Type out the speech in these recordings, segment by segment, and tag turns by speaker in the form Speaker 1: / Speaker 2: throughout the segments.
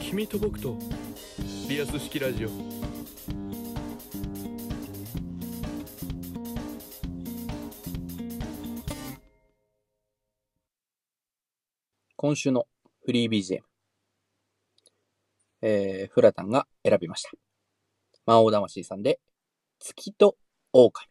Speaker 1: 君と僕とリアス式ラジオ
Speaker 2: 今週のフリー BGM、えー、フラタンが選びました。魔王魂さんで、月と狼。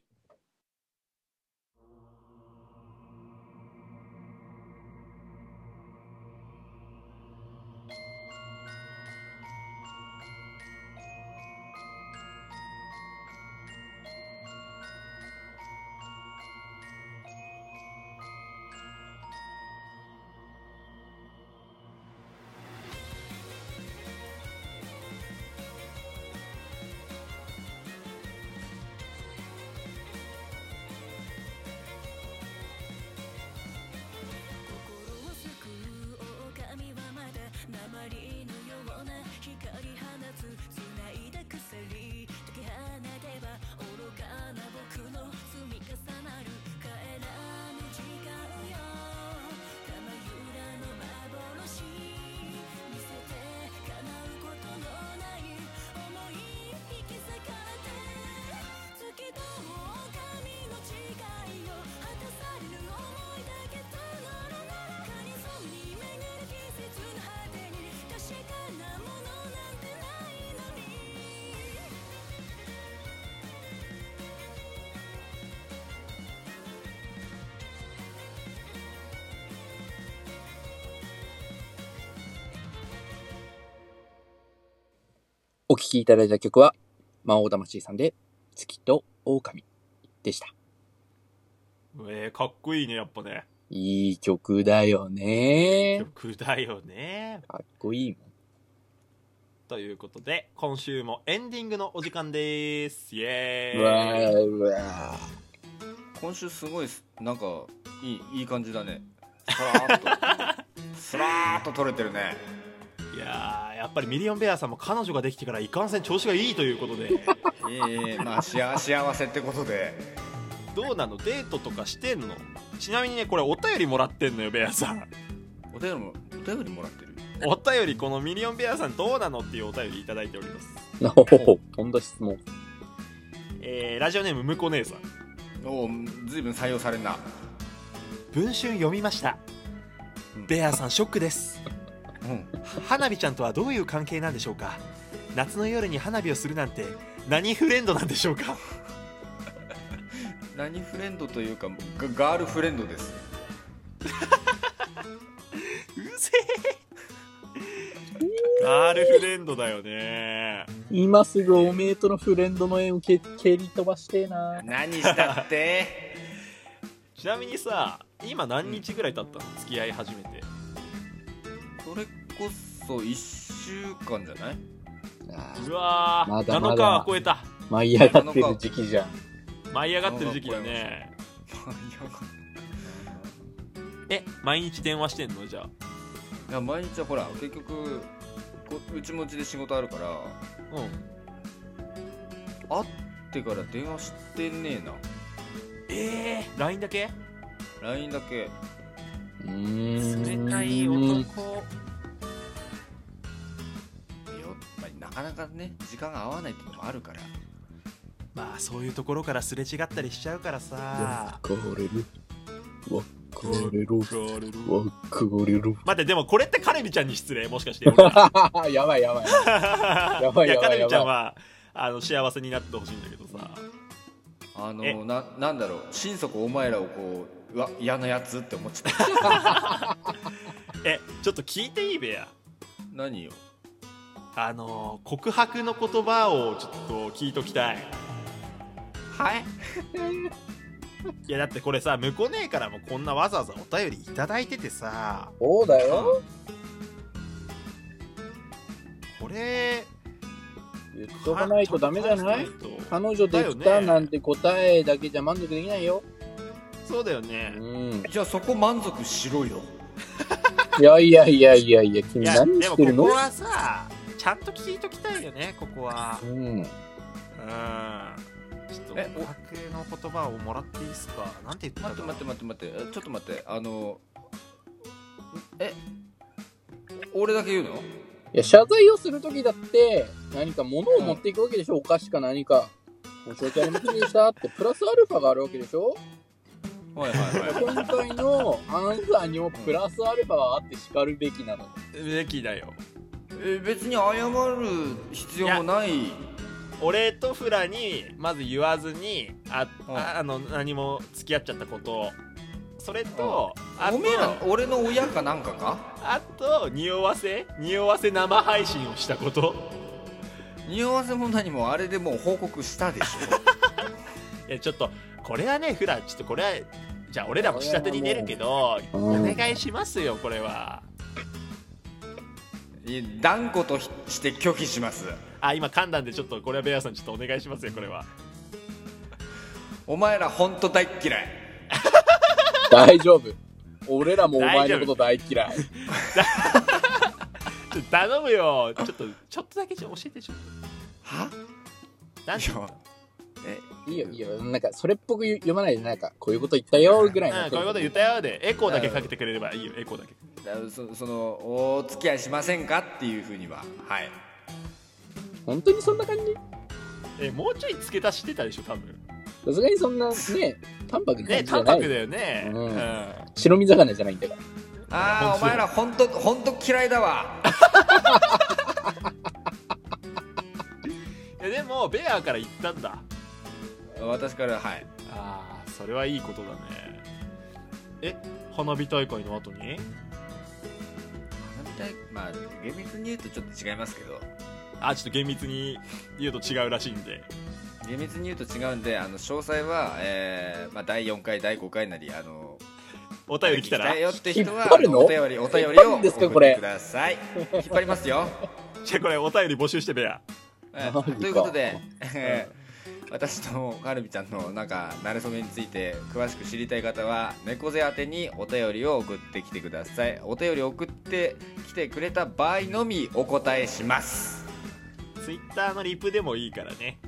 Speaker 3: 心を救う狼はまだ鉛のような光放つ繋いだ鎖解き放てば愚かな僕の積み重なる帰らぬ時間よ玉ゆらの幻見せて叶うことのない思い引き裂かれて月と狼の違いを果たされる想いだけたならならかにそうに巡る季節の果てに確かなものなんてないのに
Speaker 2: お聴きいただいた曲は、魔王魂さんで、月と狼でした。
Speaker 4: えー、かっこいいねやっぱね
Speaker 2: いい曲だよね。
Speaker 4: 曲だよね
Speaker 2: かっこいいもん。
Speaker 4: ということで今週もエンディングのお時間ですイエ
Speaker 2: うわ
Speaker 4: ーイ
Speaker 2: ーうわ
Speaker 5: 今週すごいすなんかいいいい感じだ ねさらーっとさらーっと取れてるね
Speaker 4: いやーやっぱりミリオンベアさんも彼女ができてからいかんせん調子がいいということで
Speaker 5: いえいえまあ 幸幸せってことで
Speaker 4: どうなのデートとかしてんのちなみにねこれお便りもらってんのよベア さん
Speaker 5: お便りもお便りもらってる
Speaker 4: お便りこのミリオンベアさんどうなのっていうお便りいただいております
Speaker 2: ー。ほほほ、飛んだ質問。
Speaker 4: えー、ラジオネームむこ姉さん
Speaker 5: おおずいぶん採用されんな
Speaker 4: 文春読みました
Speaker 5: うん
Speaker 4: ベアさんショックです
Speaker 5: うん
Speaker 4: 花火ちゃんとはどういう関係なんでしょうか夏の夜に花火をするなんて何フレンドなんでしょうか
Speaker 5: 何フレンドというかガガールフレンドです
Speaker 4: うぜえガールフレンドだよね
Speaker 2: 今すぐおめえとのフレンドの縁を蹴蹴り飛ばしてえな。
Speaker 5: 何したって
Speaker 4: ちなみにさ今何日ぐらい経ったの付き合い始めて
Speaker 5: それこそ1週間じゃ ない
Speaker 2: あ
Speaker 4: うわー、
Speaker 2: まだまだ
Speaker 4: 7日は超えた
Speaker 2: ー舞い上がってる時期じゃん。
Speaker 4: 舞い上がってる時期だね
Speaker 5: まあいや
Speaker 4: え毎日電話してんのじゃあ
Speaker 5: いや毎日はほら結局こうちもうちで仕事あるから
Speaker 4: うん
Speaker 5: 会ってから電話してねえな
Speaker 4: えー、LINE だけ
Speaker 5: LINE だけ
Speaker 2: うーん。
Speaker 4: 冷たい男
Speaker 5: よまあなかなかね時間が合わないってのもあるから
Speaker 4: まあそういうところからすれ違ったりしちゃうからさ
Speaker 2: 別れる。別れろ。別れろ。
Speaker 4: 待ってでもこれってカレミちゃんに失礼もしかして俺ら
Speaker 2: やばいやばい。やばい
Speaker 4: いや
Speaker 2: やば
Speaker 4: カ
Speaker 2: い
Speaker 4: レ
Speaker 2: やばい
Speaker 4: ミちゃんはあの幸せになってほしいんだけどさ
Speaker 5: あの
Speaker 4: え
Speaker 5: ななんだろう心底お前らをこううわ嫌なやつって思っ ちゃった
Speaker 4: えちょっと聞いていいべや
Speaker 5: 何よ
Speaker 4: あの告白の言葉をちょっと聞いときたい
Speaker 5: はい
Speaker 4: いやだってこれさ向こう姉からもこんなわざわざお便りいただいててさ
Speaker 2: そうだよ。
Speaker 4: これ
Speaker 2: 言っとかないとダメじゃない
Speaker 4: ちょっと返さない
Speaker 2: 彼女でき
Speaker 4: だよ
Speaker 2: た
Speaker 4: ね
Speaker 2: なんて答えだけじゃ満足できないよ。
Speaker 4: とそうだよね
Speaker 2: うん。
Speaker 5: じゃあそこ満足しろよ
Speaker 2: いやいやいやいやいや、
Speaker 4: い
Speaker 2: 君
Speaker 4: や
Speaker 2: 何
Speaker 4: で
Speaker 2: し
Speaker 4: も
Speaker 2: てる
Speaker 4: こ
Speaker 2: の
Speaker 4: こはさちゃんと聞いときたいよねここは
Speaker 2: うん。
Speaker 4: うんちょっと
Speaker 5: えお
Speaker 4: 告白の言葉をもらっていいですかなんて言った
Speaker 5: 待って
Speaker 4: かな
Speaker 5: 待って待って待ってえちょっと待ってあのえ俺だけ言うの
Speaker 2: いや、謝罪をするときだって、何か物を持っていくわけでしょ、お菓子か何か。申し訳ありませんでしたって、プラスアルファがあるわけでしょ
Speaker 5: はいはいはい
Speaker 2: 今回のアンサーにもプラスアルファがあって叱るべきなの。
Speaker 6: べきだよ
Speaker 5: え別に謝る必要もない
Speaker 6: 俺とフラにまず言わずにあ、
Speaker 5: うん
Speaker 6: ああの何も付き合っちゃったことそれと、あ
Speaker 5: おめえら
Speaker 6: と
Speaker 5: 俺の親かなんかか
Speaker 6: あと匂わせ匂わせ生配信をしたこと
Speaker 5: 匂わせも何もあれでもう報告したでし
Speaker 6: いやちょっとこれはねフラちょっとこれはじゃあ俺らも下手に出るけど、
Speaker 2: うん
Speaker 6: お願いしますよこれは
Speaker 5: ょいや断固として拒否します
Speaker 6: あ今噛んだんでちょっとこれはベアさんちょっとお願いしますよこれは
Speaker 5: お前ら本当大っ嫌い
Speaker 2: 大丈夫。俺らもお前のこと大嫌い。
Speaker 6: ちょっと頼むよちょっとちょっとだけちょ教えてちょっ
Speaker 5: は
Speaker 6: となん
Speaker 5: い
Speaker 6: て言
Speaker 5: や
Speaker 6: っ
Speaker 5: え
Speaker 2: いいよ、いいよ。なんか、それっぽく言う読まないで、なんか、こういうこと言ったよ、ぐらい
Speaker 6: た
Speaker 2: の。
Speaker 6: うんこういうこと言ったよでエコーだけかけてくれればいいよエコーだけ
Speaker 5: だそそのお付き合いしませんかっていうふうにははい
Speaker 2: 本当にそんな感じ
Speaker 6: えもうちょい付け足してたでしょ多分
Speaker 2: さすがにそんな、ね、淡白な感じ
Speaker 6: ね
Speaker 2: じゃ
Speaker 6: 淡
Speaker 2: ない。
Speaker 6: 白だよね
Speaker 2: う
Speaker 6: うんん、
Speaker 2: 白身魚じゃないんだから。
Speaker 5: ああお前ら本当本当嫌いだわ
Speaker 6: いやでもベアから言ったんだ
Speaker 5: 私からはい
Speaker 6: ああそれはいいことだねえ花火大会の後に
Speaker 5: まあ厳密に言うとちょっと違いますけど
Speaker 6: あちょっと厳密に言うと違うらしいんで
Speaker 5: 厳密に言うと違うんであの詳細は、えーまあ、第4回第5回なりあの
Speaker 6: お便り来たら
Speaker 5: 聞きいよって人は
Speaker 2: 引っ張るの
Speaker 5: お便り
Speaker 2: 引
Speaker 5: お便り
Speaker 2: っ張
Speaker 5: を
Speaker 2: るんですか
Speaker 5: 送ってください引っ張りますよ、
Speaker 6: じゃあこれお便り募集してベア
Speaker 5: え
Speaker 2: マジか
Speaker 5: ということで、えー私とカルビちゃんのなんか馴れ初めについて詳しく知りたい方は猫背宛てにお便りを送ってきてくださいお便りを送ってきてくれた場合のみお答えします
Speaker 6: ツイッターのリプでもいいからね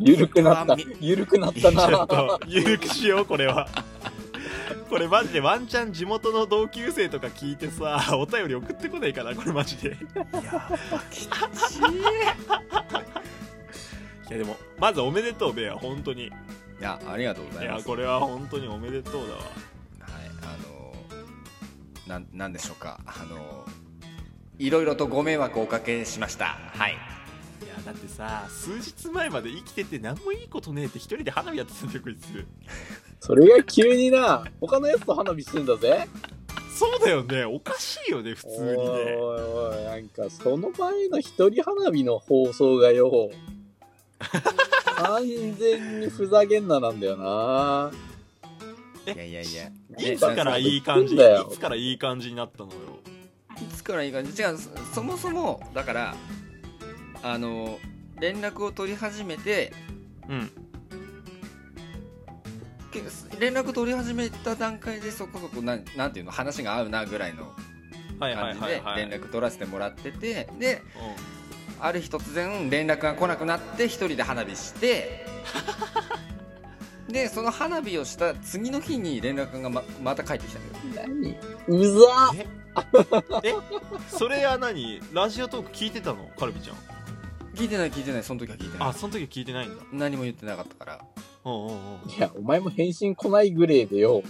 Speaker 2: ゆるくなった
Speaker 5: み。
Speaker 2: ゆるくなった
Speaker 6: ちょ
Speaker 2: な
Speaker 6: っ。 と緩くしようこれはこれマジでワンチャン地元の同級生とか聞いてさお便り送ってこないかなこれマジでいやでもまずおめでとうベア本当にい
Speaker 5: いやありがとうございま
Speaker 6: や
Speaker 5: す
Speaker 6: これは本当におめでとうだわ
Speaker 5: はい、あのなんなんでしょうかあのいろいろとご迷惑をおかけしましたはい
Speaker 6: いやだってさ数日前まで生きてて何もいいことねえって一人で花火やってたんだよこいつ
Speaker 2: それが急にな、他のやつと花火してんだぜ。
Speaker 6: そうだよねおかしいよね普通に
Speaker 2: お
Speaker 6: ね
Speaker 2: いおいおい、なんか、その前の一人花火の放送が よ、完全にふざけんななんだよな。
Speaker 6: え
Speaker 5: いやいやいや
Speaker 6: いつからいい感じ
Speaker 2: い
Speaker 6: い
Speaker 2: つだよ
Speaker 6: つからいい感じになったのよ
Speaker 5: いつからいい感じ違うそそもそもだからあの連絡を取り始めて
Speaker 6: うん
Speaker 5: け連絡取り始めた段階でそこそこなんなんていうの話が合うなぐらいの
Speaker 6: はい
Speaker 5: 感
Speaker 6: はい
Speaker 5: じ
Speaker 6: はい
Speaker 5: で
Speaker 6: はい
Speaker 5: 連絡取らせてもらっててで
Speaker 6: うん
Speaker 5: ある日突然連絡が来なくなって一人で花火して でその花火をした次の日に連絡がままた返ってきたのよ
Speaker 2: 何うざ
Speaker 6: ええそれは何ラジオトーク聞いてたのカルビちゃん
Speaker 5: 聞いてない聞いてないその時は聞いてない
Speaker 6: あその時は聞いてないんだ
Speaker 5: 何も言ってなかったから
Speaker 6: うんうんうん
Speaker 2: いや、お前も返信来ないぐらいでよ。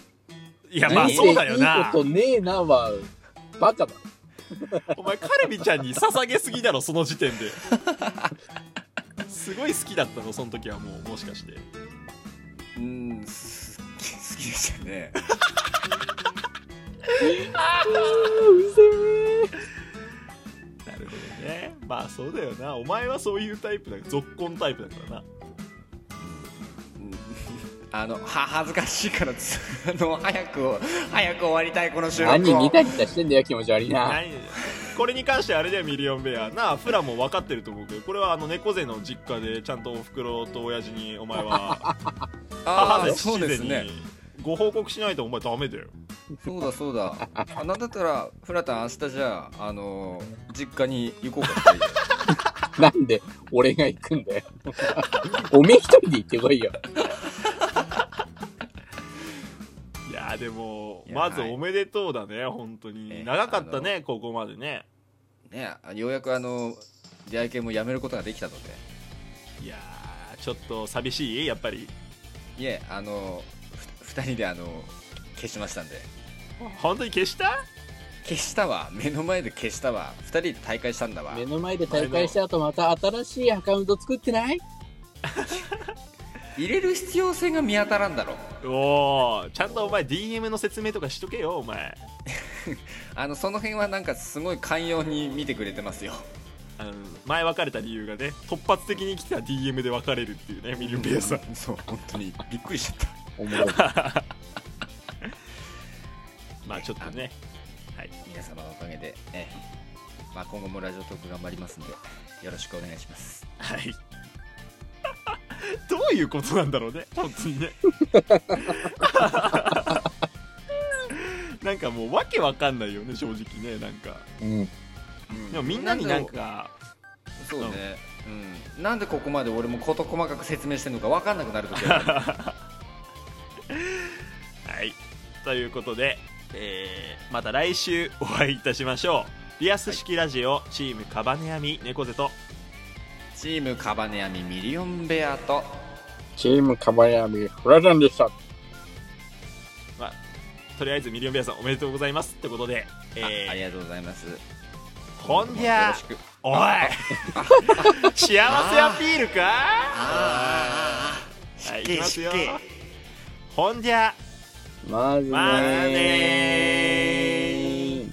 Speaker 6: いやまあ
Speaker 2: 何せ
Speaker 6: そうだよない
Speaker 2: いことねえなは、バカだ。
Speaker 6: お前カルビちゃんに捧げすぎだろその時点ですごい好きだったのその時はもうもしかして
Speaker 5: うーんす好き好きでしたね
Speaker 6: なるほどねまあそうだよなお前はそういうタイプだからぞっこんタイプだからな
Speaker 5: うんあのは恥ずかしいからつあの早く早く終わりたいこの収録を
Speaker 2: 何ニタニタしてんだよ、気持ち悪いな。
Speaker 6: 何これに関してあれだよミリオンベアなあフラも分かってると思うけどこれはあの猫背の実家でちゃんとおふくろと親父にお前は
Speaker 5: あ
Speaker 6: 母
Speaker 5: あ
Speaker 6: で
Speaker 5: そう
Speaker 6: 父
Speaker 5: で
Speaker 6: ですに
Speaker 5: ね
Speaker 6: ご報告しないとお前ダメだよ
Speaker 5: そうだそうだあなんだったらフラタン明日じゃあ、あの実家に行こうか二人 で
Speaker 2: なんで俺が行く んだよ。おめえ一人で行ってこいよ。
Speaker 6: いやーでも
Speaker 5: いや
Speaker 6: まずおめでとうだね本当
Speaker 5: え
Speaker 6: に
Speaker 5: え
Speaker 6: 長かったねここまでね
Speaker 5: ねようやくあの出会い系もやめることができたので
Speaker 6: いやーちょっと寂しいやっぱり
Speaker 5: いえあのふ2人であの消しましたんで
Speaker 6: 本当に消した
Speaker 5: 消したわ目の前で消したわ2人で大会したんだわ
Speaker 2: 目の前で大会した後また新しいアカウント作ってない
Speaker 5: 入れる必要性が見当たらんだろ
Speaker 6: おおちゃんとお前 DM の説明とかしとけよお前
Speaker 5: あのその辺はなんかすごい寛容に見てくれてますよ
Speaker 6: あの前別れた理由がね突発的に来た DM で別れるっていうねミルベイさん
Speaker 5: そう本当にびっくりしちゃった
Speaker 2: おもろい
Speaker 6: まあちょっとねはい
Speaker 5: 皆様のおかげで、ええまあ、今後もラジオトーク頑張りますのでよろしくお願いします
Speaker 6: はい どういうことなんだろうね本当に ねなんかもうわけわかんないよね正直ねなんか
Speaker 2: うん
Speaker 6: でもみんなになんか
Speaker 5: そうねうん、なんでここまで俺も事細かく説明してるのか分かんなくなるときある
Speaker 6: はいということで、えーまた来週お会いいたしましょうリアス式ラジオ、チームカバネアミ猫背と
Speaker 5: チームカバネアミミリオンベアと
Speaker 2: チームかばやみフラジャンでした
Speaker 6: とりあえずミリオンベアさんおめでとうございますってことで、
Speaker 5: ああり
Speaker 6: え
Speaker 5: がとうございます
Speaker 6: ー、ほんじ
Speaker 5: よ
Speaker 6: ゃあ
Speaker 5: ろしく
Speaker 6: おい 幸せアピールか
Speaker 5: あ
Speaker 6: は
Speaker 5: 失
Speaker 6: い
Speaker 5: 敬
Speaker 6: いきますよ
Speaker 5: 失敬
Speaker 6: ほんじゃ
Speaker 2: まず
Speaker 6: まあね
Speaker 2: ね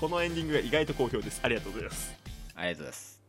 Speaker 6: このエンディングが意外と好評ですありがとうございます
Speaker 5: ありがとうございます